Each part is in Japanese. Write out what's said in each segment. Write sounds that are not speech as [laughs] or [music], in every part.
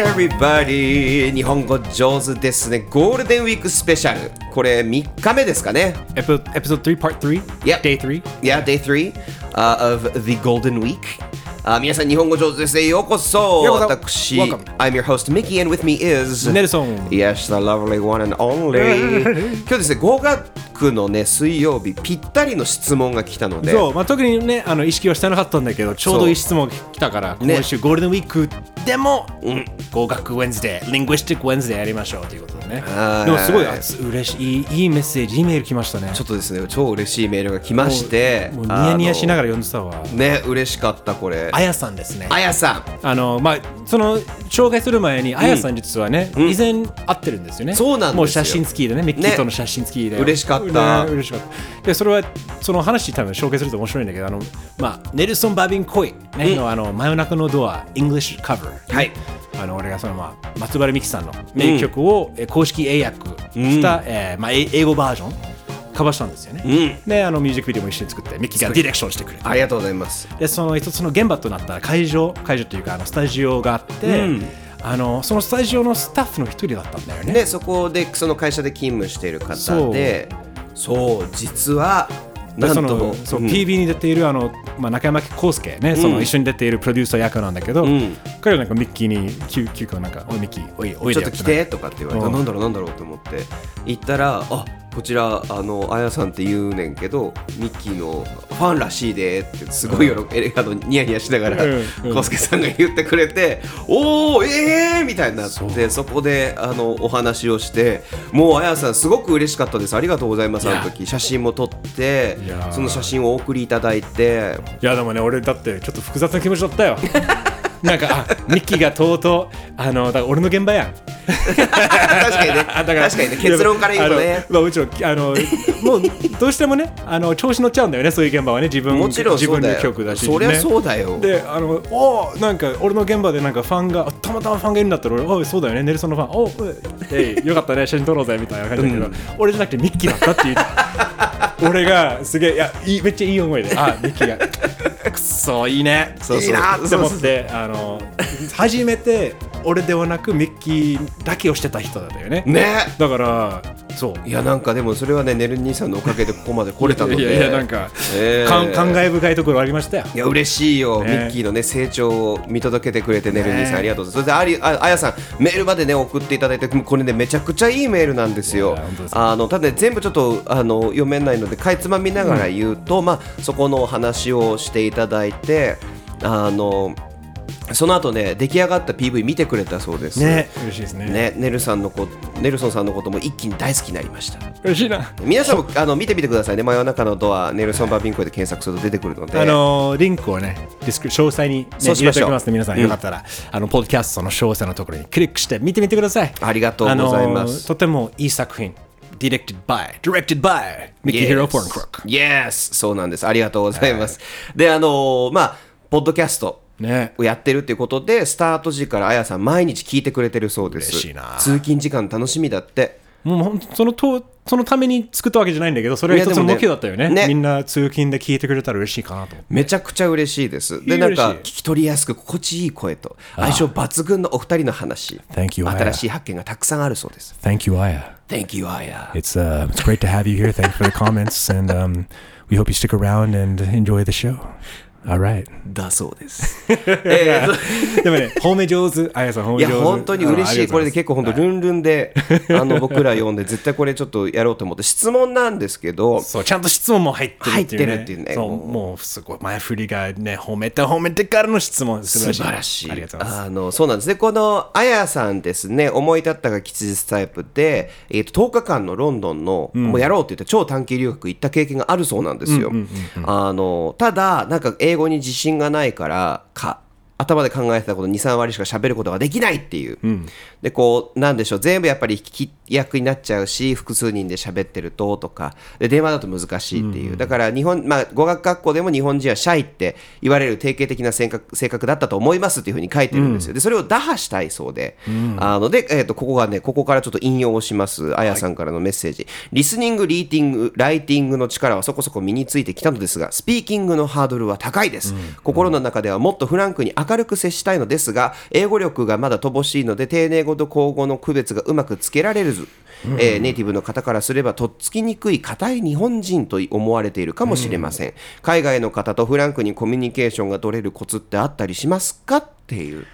everybody! 日本語上手ですね。ゴールデンウィークスペシャル。これ3日目ですかね。 Episode, episode 3, part 3? Yep. Day 3? Yeah, day three、uh, of the Golden Week. あ皆さん、日本語上手ですね。ようこそようこそ私、 Welcome. I'm your host, Mickey, and with me is... Nelson. Yes, the lovely one and [laughs] only. 今日ですね、語学のね、水曜日、ぴったりの質問が来たので、そう、まあ、特にねあの意識はしてなかったんだけどちょうどいい質問が来たから、ね今週ゴールデンウィークでも、合格 Wednesday、リングイスティック Wednesday やりましょうということでねはいでもすごいあつ嬉しいいいいメッセージ、いいメール来ましたねちょっとですね、超嬉しいメールが来まして、もうニヤニヤしなががら読んでたわら。ね、嬉しかった、これ。あやさんですねあやさあのまあその紹介する前にあやさん実はね、以前会ってるんですよねそうなんですよもう写真付きでねミッキねーとの写真付きで、嬉しかったね嬉しかったでそれはその話多分紹介すると面白いんだけどあのまあネルソン・バービン・コイ、ねのあの真夜中のドア English cover ん。はい。あの俺がその、まあ、松原美樹さんの名曲を、え公式英訳した、えーまあ、え英語バージョンカバーしたんですよね、であのミュージックビデオも一緒に作ってミッキーがディレクションしてくれてありがとうございます。でその一つの現場となった会場会場というかあのスタジオがあって、あのそのスタジオのスタッフの一人だったんだよね。でそこでその会社で勤務している方でそう実はでなんそのとそううん PV に出ているあの、まあ、中山康介ね、その一緒に出ているプロデューサー役なんだけど、彼はなんかミッキーに急急遽なんか「おいミッキーおいおいちでょっとよて来なてとかって言われてうんなんだろうなんだろうと思って行ったらあこちらあのあやさんって言うねんけどミッキーのファンらしいでってすごい喜えあのニヤニヤしながらうんうんコスケさんが言ってくれておおええー、みたいになっそうてそこであのお話をしてもうあやさんすごく嬉しかったですありがとうございますいあやの時写真も撮っていやーその写真をお送りいただい [laughs] ていやでもね俺だってちょっと複雑な気持ちだったよなんかあミッキーがとうとうあのだから俺の現場やん確かにね。あだから確かにね。結論から言うといやね。まあ、もちろんあのもうどうしてもねあの調子乗っちゃうんだよねそういう現場はね自分もちろん自そう分だのよ。曲だし、ね、そりゃそうだよ。であのおーなんか俺の現場でなんかファンがたまたまファンがいるんだったら俺おいそうだよねネルソンのファンおうえいよかったね写 [laughs] 真撮ろうぜみたいな感じだけど、うん俺じゃなくてミッキーだったっていう俺がすげえいやいいめっちゃいい思いであミッキーがくっそいいねそういそいうなって思ってあの初めて俺ではなくミッキーだけをしてた人だったよねね。だからそういやなんかでもそれはねねる兄さんのおかげでここまで来れたので。いやいやなんか,、えーかん感慨深いところありましたよいや嬉しいよ、ねミッキーのね成長を見届けてくれてねる兄さんねありがとうございます。それでありああやさんメールまでね送っていただいてこれねめちゃくちゃいいメールなんですいよや本当で。すあのただね全部ちょっとあの読めないのでかいつまみながら言うと、まあそこのお話をしていただいてあのその後ね出来上がった PV 見てくれたそうです。ね嬉しいですねね、ネルさんのこネルソンさんのことも一気に大好きになりました嬉しいな皆さんもあの見てみてくださいね真夜中のドアネルソン・バービンコで検索すると出てくるのであのーリンクをね、ディスク詳細に、ね、そうしましょう入れておきますね、皆さん、うんよかったら、あのポッドキャストの詳細のところにクリックして見てみてください。ありがとうございますあのーとてもいい作品、Directed by、Directed by、ミッキー・ヒーロー・ポーン・クロック。 Yes そうなんですありがとうございます、であのーまあポッドキャストねをやってるっていうことでスタート時からあやさん毎日聞いてくれてるそうです嬉しいな通勤時間楽しみだってもう本当そのと、そのために作ったわけじゃないんだけど、それがいや一つでのもね目標だったよねねみんな通勤で聞いてくれたら嬉しいかなと思って。めちゃくちゃ嬉しいです。いで、いなんか嬉しい聞き取りやすく心地いい声と相性抜群のお二人の話、 Thank you, 新しい発見がたくさんあるそうです。 Thank you, Aya. Thank you, Aya. It's, uh, it's great to have you here. Thank you for the comments. And um, we hope you stick around and enjoy the show. All right. だそうです。 [laughs] えーとでもね、褒め上手、あやさん、い褒めや上手。本当に嬉しい、これでで結構本当、ルンルンで、あ [laughs] の僕ら読んで、絶対これちょっとやろうと思って、質問なんですけど、そう、ちゃんと質問も入ってるっていうね。入ってるっていうねそう、もうすごい、前振りがね、褒めて褒めてからの質問、素素晴らしい。ありがとうございます。あの、そうなんですね。この、あやさんですね、思い立ったが吉日タイプで、えっ、と、10日間のロンドンの、もうやろうって言って超短期留学行った経験があるそうなんですよ。あの、ただ、なんか英語に自信がないから、か、頭で考えてたこと23割しか喋ることができないっていう、でこうなんでしょう全部やっぱり聞き役になっちゃうし複数人で喋ってるととかで電話だと難しいっていう、だから日本、まあ、語学学校でも日本人はシャイって言われる定型的な性格性格だったと思いますっていうふうに書いてるんですよでそれを打破したいそうで、あので、えー、とここがねここからちょっと引用をしますあやさんからのメッセージ、リスニングリーティングライティングの力はそこそこ身についてきたのですがスピーキングのハードルは高いです、心の中ではもっとフランクに明るく接したいのですが英語力がまだ乏しいので丁寧語と口語の区別がうまくつけられず、えーネイティブの方からすればとっつきにくい硬い日本人と思われているかもしれません、海外の方とフランクにコミュニケーションが取れるコツってあったりしますかっていう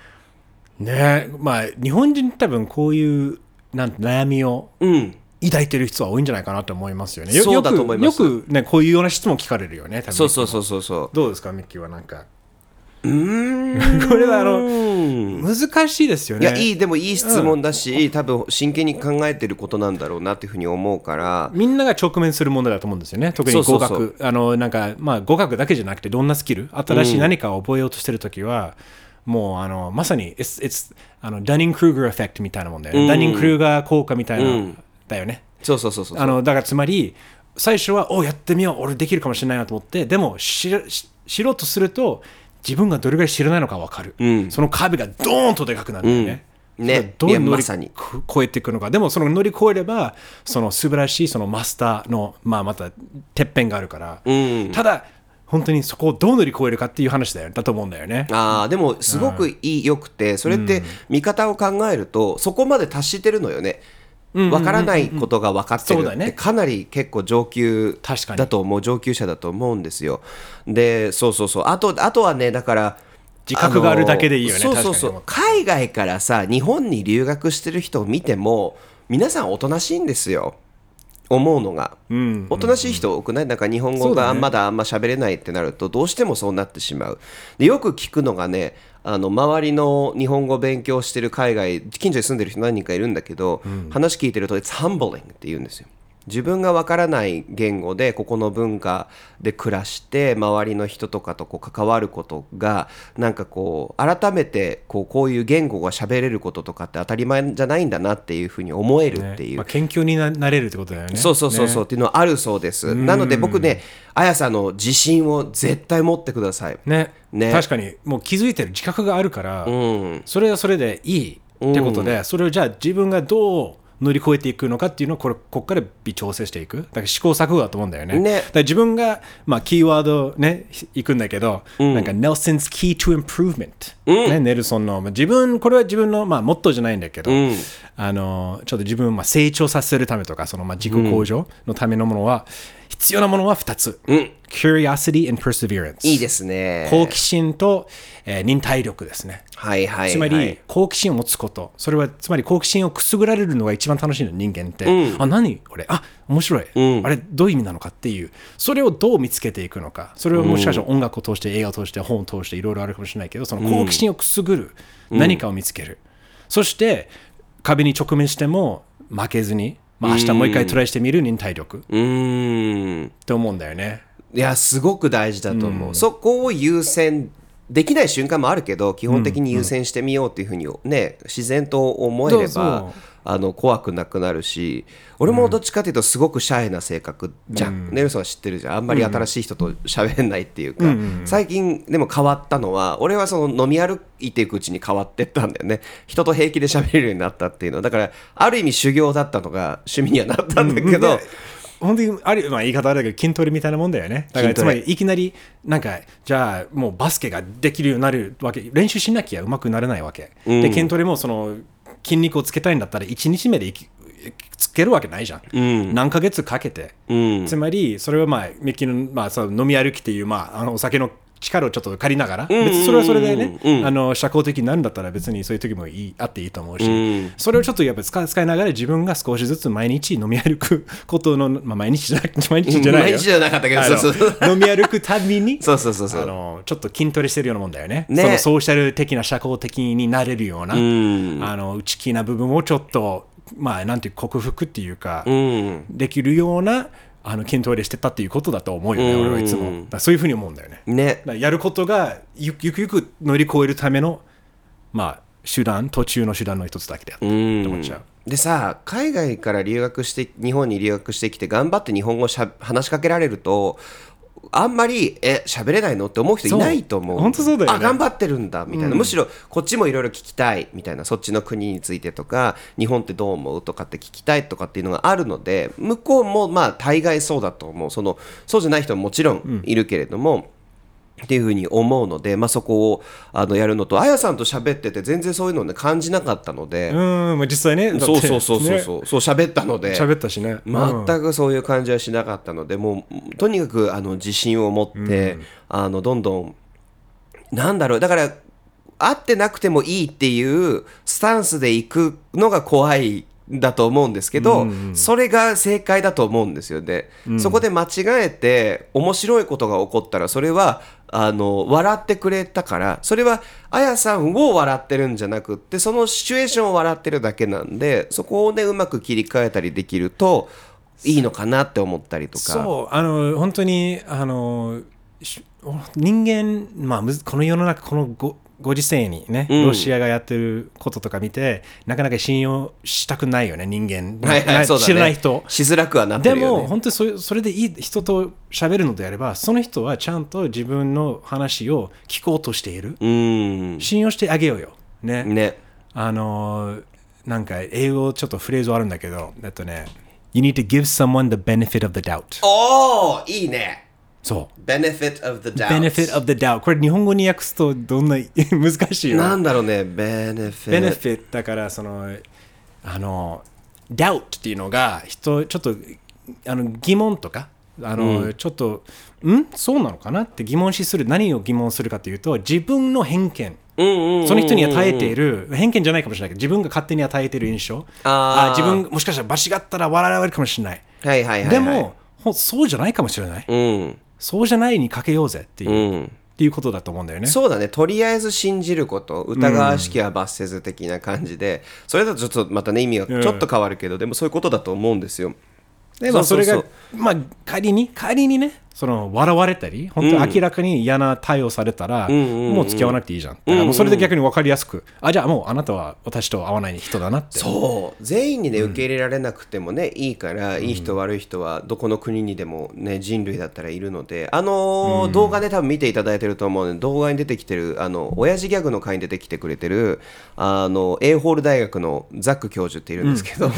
ねまあ日本人多分こういうなんて悩みをうん抱いてる人は多いんじゃないかなと思いますよね。よそうだと思いますよくよくねこういうような質問聞かれるよね。多分そうそうそうそうそうどうですかミッキーはなんかうーん [laughs] これはあのの難しいですよいね。やいいでもいい質問だし、多分真剣に考えてることなんだろうなっていうふうに思うからみんなが直面する問題だと思うんですよね。特にそうそ語うそう学、あのなんかまあ語学だけじゃなくてどんなスキル、新しい何かを覚えようとしてるときは、もうあのまさに it's it's あのダニンクルーガーエフェクトみたいなもんだよね。うんダニンクルーガー効果みたいな、うんだよね。そうそうそうそうあのだからつまり最初はおやってみよう俺できるかもしれないなと思ってでも知らし知ろうとすると自分がどれぐらい知らないのか分かる、うんその壁がドーンとでかくなるんだよね、うんねそれどういういや乗りまさにこ越えていくのかでもその乗り越えればその素晴らしいそのマスターの、まあ、またてっぺんがあるから、うんただ本当にそこをどう乗り越えるかっていう話だよだと思うんだよねあーでもすごくいいよくてそれって見方を考えるとそこまで達してるのよね。わからないことが分かってそうるだっねてかなり結構上級確かにだと思う上級者だと思うんですよ。でそうそうそうあとあとはねだから自覚があるだけでいいよねのそうそうそう確海外からさ日本に留学してる人を見ても皆さんおとなしいんですよ。思うのが、おとなしい人多くないなんか日本そ語うだがねまだあんま喋れないってなるとどうしてもそうなってしまうでよく聞くのがねあの周りの日本語勉強してる海外近所に住んでる人何人かいるんだけど、話聞いてると「It's humbling」って言うんですよ自分がわからない言語でここの文化で暮らして周りの人とかとこう関わることがなんかこう改めてこうこういう言語が喋れることとかって当たり前じゃないんだなっていうふうに思えるっていう、ねまあ、研究にななれるってことだよねそうそうそうそうねっていうのはあるそうです、なので僕ねあやさんの自信を絶対持ってくださいねね確かにもう気づいてる自覚があるから、うんそれはそれでいいってことで、それをじゃあ自分がどう乗り越えていくのかっていうのをこれここから微調整していくだから試行錯誤だと思うんだよねねだから自分が、まあ、キーワードねひいくんだけど、なんか Nelson's Key to Improvement、ね、ネルソンのまあ自分これは自分の、まあ、モットーじゃないんだけど、んあのちょっと自分をまあ成長させるためとかそのまあ自己向上のためのものは、必要なものは2つ、Curiosity and Perseverance いいですね好奇心と、えー忍耐力ですねはいはいはいつまり好奇心を持つことそれはつまり好奇心をくすぐられるのが一番楽しいの人間って、あ何これあ面白い、あれどういう意味なのかっていうそれをどう見つけていくのかそれをもしかしたら音楽を通して映画を通して本を通していろいろあるかもしれないけどその好奇心をくすぐる、何かを見つけるそして壁に直面しても負けずに、まあ、明日もう一回トライしてみる忍耐力っうーんて思うんだよね、いやすごく大事だと思う、そこを優先できない瞬間もあるけど基本的に優先してみようっていうふうにね自然と思えれそうそばあの怖くなくなるし俺もどっちかというとすごくシャイな性格じゃん、ネルソンは知ってるじゃんあんまり新しい人と喋んないっていうか、最近でも変わったのは俺はその飲み歩いていくうちに変わってったんだよね人と平気で喋れるようになったっていうのだからある意味修行だったのが趣味にはなったんだけど、本当にある、まあ、言い方あれだけど筋トレみたいなもんだよねだか筋らつトまレりいきなりなんかじゃあもうバスケができるようになるわけ練習しなきゃうまくなれないわけ、うんで筋トレもその筋肉をつけたいんだったら1日目でいきつけるわけないじゃん、うん何ヶ月かけて、うんつまりそれはまあミッキーの、まあ、その飲み歩きっていう、まあ、あのお酒の力をちょっと借りながら、んうんうん別にそれはそれでね、うんあの社交的になるんだったら別にそういう時もいいあっていいと思うし、うんそれをちょっとやっぱ使い使いながら自分が少しずつ毎日飲み歩く [laughs] ことの、まあ、毎日じゃなく毎日じゃないよ毎日じゃなかったけどあのそうそうそ飲み歩くたびに [laughs] そうそうそうそあうのちょっと筋トレしてるようなもんだよねねそのソーシャル的な社交的になれるような、んあの内気な部分をちょっとまあなんていう克服っていうか、うんできるようなあの筋トレしてたっていうことだと思うよね、うん俺はいつもだからそういうふうに思うんだよねだかねらやることがゆゆくゆく乗り越えるためのまあ手段途中の手段の一つだけであったと思っちゃう。でさ海外から留学して日本に留学してきて頑張って日本語しゃ話しかけられるとあんまりえ喋れないのって思う人いないと思うそう本当そうだよあね頑張ってるんだみたいな、むしろこっちもいろいろ聞きたいみたいなそっちの国についてとか日本ってどう思うとかって聞きたいとかっていうのがあるので向こうもまあ大概そうだと思うそのそうじゃない人ももちろんいるけれども。っていうふうに思うので、まあ、そこをあのやるのとあやさんと喋ってて全然そういうのを、ね、感じなかったので、うん、まあ、実際ね、だってそうそうそうそうねそう、そう喋ったので喋ったしね。う全んくそういう感じはしなかったのでもうとにかくあの自信を持って、あのどんどんなんだろうだから会ってなくてもいいっていうスタンスで行くのが怖いんだと思うんですけど、それが正解だと思うんですよね、そこで間違えて面白いことが起こったらそれはあの笑ってくれたからそれはあやさんを笑ってるんじゃなくってそのシチュエーションを笑ってるだけなんでそこをねうまく切り替えたりできるといいのかなって思ったりとかそうあの本当にあのし人間、まあ、むずこの世の中このごご時世にね、うんロシアがやってることとか見てなかなか信用したくないよね人間、はいはいなそうだね知らない人しづらくはなってでるよねも本当にそれそれでいい人と喋るのであればその人はちゃんと自分の話を聞こうとしているうん信用してあげようよねねあのーなんか英語ちょっとフレーズあるんだけどえっとね You need to give someone the benefit of the doubt おーいいねそう benefit of the doubt benefit of the doubt これ日本語に訳すとどんな [laughs] 難しいよなんだろうね benefit benefit だからそのあの doubt っていうのが人ちょっとあの疑問とかあの、ちょっとんそうなのかなって疑問視する何を疑問するかというと自分の偏見その人に与えている偏見じゃないかもしれないけど自分が勝手に与えている印象あー自分もしかしたら間違ったら笑われるかもしれない、はいはいはい、はい、でもほそうじゃないかもしれない、うんそうじゃないにかけようぜっていう、うんっていうことだと思うんだよねそうだねとりあえず信じること疑わしきは罰せず的な感じで、それだとちょっとまたね意味がちょっと変わるけど、でもそういうことだと思うんですよでまあそうれうがうまあ仮に仮にねその笑われたり本当に明らかに嫌な対応されたら、もう付き合わなくていいじゃん、だからもうそれで逆に分かりやすく、あじゃあもうあなたは私と合わない人だなってそう全員にね受け入れられなくてもね、いいからいい人悪い人はどこの国にでもね人類だったらいるのであのー動画で多分見ていただいてると思うので動画に出てきてるあの親父ギャグの会に出てきてくれてるあの A ホール大学のザック教授っているんですけど、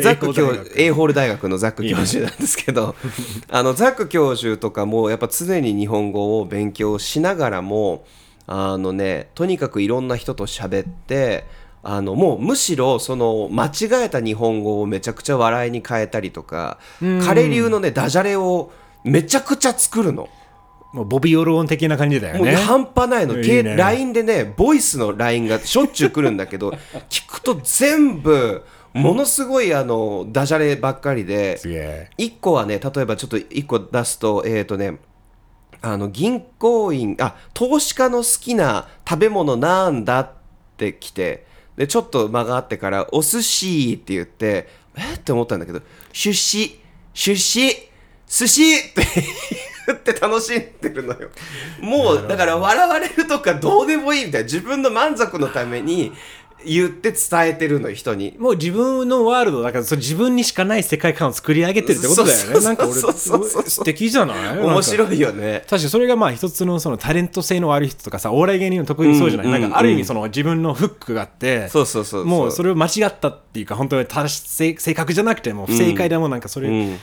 ザック教 A ホール大学のザック教授なんですけど [laughs] あのザック教授とかもやっぱ常に日本語を勉強しながらもあのねとにかくいろんな人と喋ってあのもうむしろその間違えた日本語をめちゃくちゃ笑いに変えたりとか彼流のねダジャレをめちゃくちゃ作るの。もうボビー・オローン的な感じだよもうね半端ないの、いいけね LINE でねボイスの LINE がしょっちゅう来るんだけど [laughs] 聞くと全部ものすごいあのダジャレばっかりですげえ1個はね例えばちょっと1個出すとえっ、とねあの銀行員あ投資家の好きな食べ物なんだって来てでちょっと間があってから「お寿司」って言ってえっって思ったんだけど「出資出資寿司」って言って楽しんでるのよもうだから笑われるとかどうでもいいみたいな自分の満足のために言って伝えてるのよ人にもう自分のワールドだからそれ自分にしかない世界観を作り上げてるってことだよそうそうそうねなんか俺そうそうそう素敵じゃない面い白いよね確かにそれがまあ一つのそのタレント性の悪い人とかさお笑い芸人の得意にそうじゃない、うんうんなんかある意味その自分のフックがあってそうそうそうそうもうそれを間違ったっていうか本当に正し正正確じゃなくてもう不正解でもなんかそれ、ううん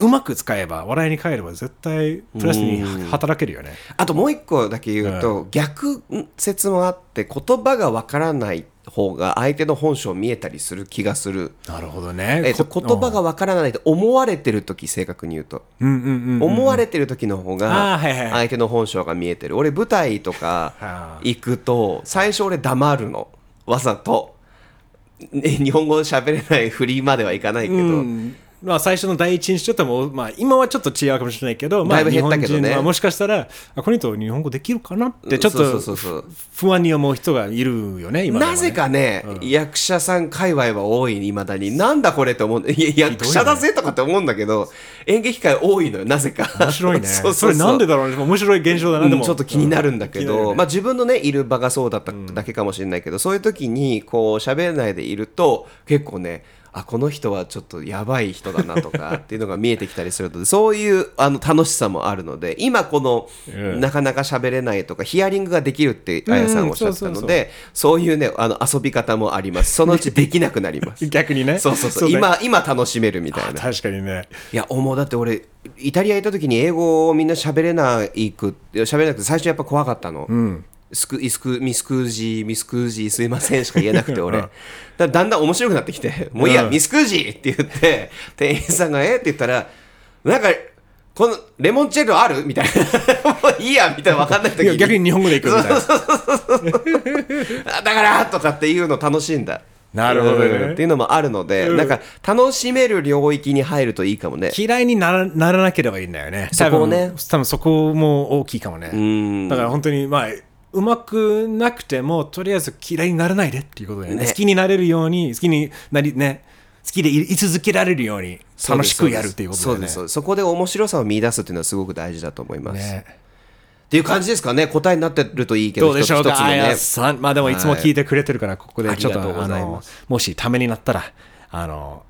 まく使えば笑いに変えれば絶対プラスに働けるよね、あともう一個だけ言うと、逆説もあって言葉がわからない方が相手の本性見えたりする気がする、なるほどね、えっとこ言葉がわからないと思われてる時正確に言うと、うんうんうんうん思われてる時の方あがーはいはいはい相手の本性が見えてる俺舞台とかあ行くと最初俺黙るのわざと、ね、日本語喋れないフリまではいかないけど、うんまあ、最初の第一印象とも、まあ、今はちょっと違うかもしれないけど、まあ、だいぶ減ったけどね日本人はもしかしたら、あこの人、日本語できるかなって、ちょっそうそとうそうそう不安に思う人がいるよね、今でなもねぜかね、役者さん界隈は多いいまだになんだこれって思ういや役者だぜとかって思うんだけど、演劇界多いのよなぜか面白い [laughs] ね。そうそうそうれなんでだろうね。面白い現象だな。でうもんちょっと気になるんだけうん気になるど、よねまあ、自分のねいる場がそうだっただけかもしれないけど、そういう時にこう喋らないでいると結構ねあこの人はちょっとやばい人だなと [laughs] かっていうのが見えてきたりするのでそういうあの楽しさもあるので今この、うんなかなか喋れないとかヒアリングができるってあやさんおっしゃってたのでそういうねあの遊び方もありますそのうちできなくなります [laughs] 逆にね。そうそうそうだ今今楽しめるみたいな確かにね。いや思うだって俺イタリア行った時に英語をみんな喋れないく喋れなくて最初やっぱ怖かったの、スクイスクミスクージーミスクージーすいませんしか言えなくて俺、だだんだん面白くなってきて「もういいや、うんミスクージー!」って言って店員さんが「えっ?」て言ったらなんかこのレモンチェッロあるみたいな [laughs] もういいやみたいな分かんない時いや逆に日本語でいくみたいな。あだからとかっていうの楽しいんだなるほどねうんっていうのもあるので、うんなんか楽しめる領域に入るといいかもね嫌いにならならなければいいんだよね。そこをね多分多分そこも大きいかもね。だから本当に、まあ、うまくなくても、とりあえず嫌いにならないでっていうことだよね。ね好きになれるように、好きになり、ね、好きでいい続けられるように、楽しくやるっていうことだそようでね。すそうですそこで面白さを見出すっていうのはすごく大事だと思います、ねっていう感じですかね答えになってるといいけどどうでしょう一つか、のあやねさん。まあでもいつも聞いてくれてるから、ここでちょっと、ありがとうごあざいのまもしためになったら、あの、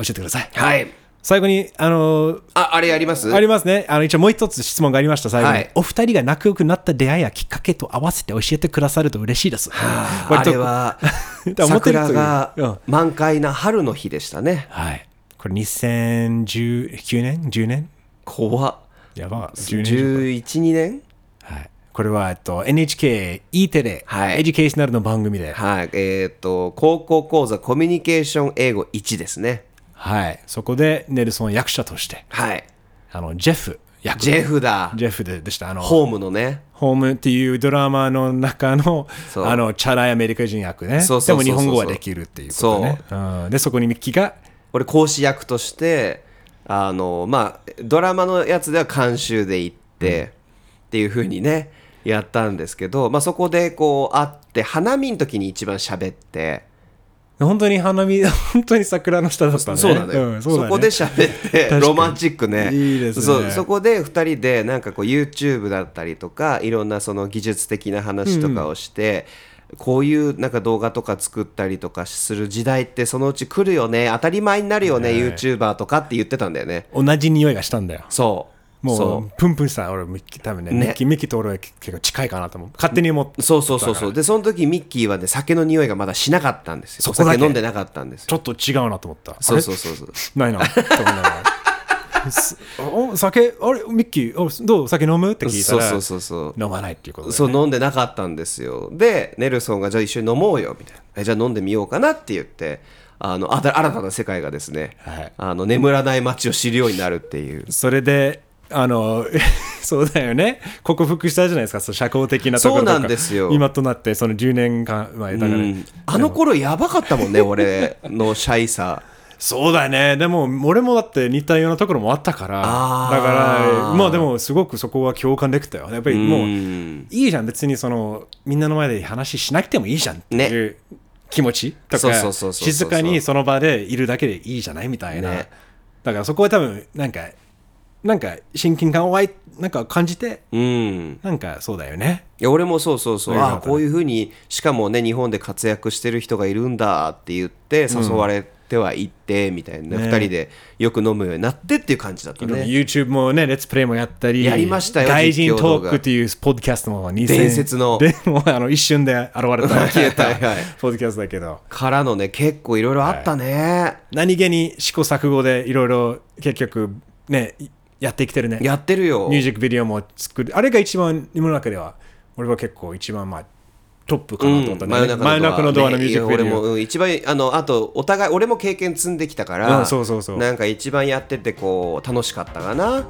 教えてください。はい最後に、あの、ああれやりますありますね。あの、一応もう一つ質問がありました、最後に。はいお二人が仲良くなった出会いやきっかけと合わせて教えてくださると嬉しいです。あれは思ってると [laughs] 桜いうがうん満開な春の日でしたねはい。これ2019年 ?10 年怖っやば、10年以上。 112年はい。これは、えっと、NHK、E テレ、はいエデュケーショナルの番組で、はいえっ、と高校講座コミュニケーション英語1ですねはい。そこで、ネルソン役者として、はいあの、ジェフ役。ジェフだジェフででした。あの、ホームのねホームっていうドラマの中のそうあのチャラいアメリカ人役ねそうでそうそうそもう日本語はできるっていうことねうんでそこにミッキーが俺講師役としてあのまあドラマのやつでは監修で行って、っていう風にねやったんですけど、まあ、そこでこう会って花見の時に一番喋って、本当に花見 [laughs] 本当に桜の下だったねそうなのよ、んそうだねこで喋っ確てかにロマンチックねいいですねそうそこで2人でなんかこう YouTube だったりとかいろんなその技術的な話とかをして、こういうなんか動画とか作ったりとかする時代ってそのうち来るよね当たり前になるよねね YouTuber とかって言ってたんだよね同じ匂いがしたんだよそうもそうプンプンした俺ミッキー多分ねねミッキーミッキーと俺は結構近いかなと思う勝手に思ってうそうそうそうそうでその時ミッキーはね酒の匂いがまだしなかったんですよそおこだけ酒飲んでなかったんですちよょっと違うなと思ったそうそううそうそうないなと思いながらすお酒あれミッキーおどう酒飲むって聞いたそうらそうそうそう飲まないっていうことでそう飲んでなかったんですよでネルソンがじゃあ一緒に飲もうよみたいなえじゃあ飲んでみようかなって言ってあのあた新たな世界がですね、はいあの眠らない街を知るようになるっていうそれで、あの、 [laughs] そうだよね。克服したじゃないですか、その社交的なところとか。そうなんですよ今となって、その10年間前だから、うんあの頃やばかったもんね俺のシャイさそうだよね。でも、俺もだって似たようなところもあったから。だあーから、まあでも、すごくそこは共感できたよ。やっぱりもう、んいいじゃん。別に、その、みんなの前で話しなくてもいいじゃんっていう。気持ちとそうかそうそうそうそう静かにその場でいるだけでいいじゃないみたいな、ねだからそこは多分なんかなんか親近感をわいなんか感じてうんなんかそうだよね。いや俺もそうそうそう、うんああこういうふうにしかもね日本で活躍してる人がいるんだって言って誘われては行ってみたいな、ね二人でよく飲むようになってっていう感じだったね YouTube もね、レッツプレイもやったり、やりましたよ外人実況動ト画ークっていうポッドキャストも2000伝説の [laughs] でもあの一瞬で現れた、消えた [laughs] はいはいポッドキャストだけど、からのね結構いろいろあったね、何気に試行錯誤でいろいろ結局ね、やってきてるね。やってるよミュージックビデオも作る。あれが一番、今の中では、俺は結構一番まあ、トップかなと思ったんだよね、うん真夜中のドアのミュージックビデねいやオ、俺もうん一番あのあとお互い俺も経験積んできたから、うんそうそうそうなんか一番やっててこう楽しかったかななんか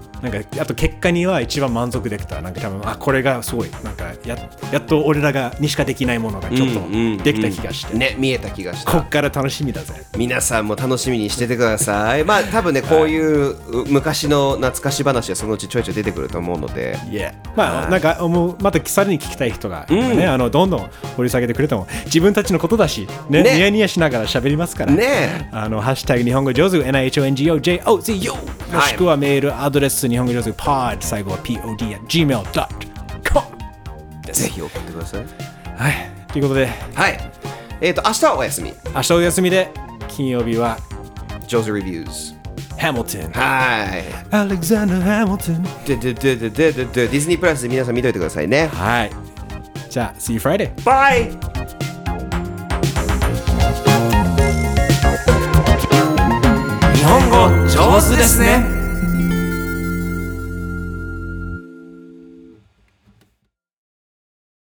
あと結果には一番満足できたなんか多分あこれがすごいなんかややっと俺らがにしかできないものがちょっうんうんうんとできた気がして、ね見えた気がしたこっから楽しみだぜ皆さんも楽しみにしててくださいまあ多分ねこういうう昔の懐かし話はそのうちちょいちょい出てくると思うのでいやまあなんかもうまたさらに聞きたい人が、ねうんあのどんどん掘り下げてくれても自分たちのことだし、ねねニヤニヤしながら喋りますからねあのハッシュタグ日本語上手 NIHONGOJOZU もしくはメールアドレス日本語上手 pod 最後は pod at gmail.com ぜひ送ってくださいはいということではいえっ、と明日はお休み明日お休みで金曜日はジョーズ・レビューズハミルトンはアレクサンダー・ハミルトンいでででででででディズニープラスで皆さん見といてくださいねはいじゃあ See you Friday バイ日本語上手ですね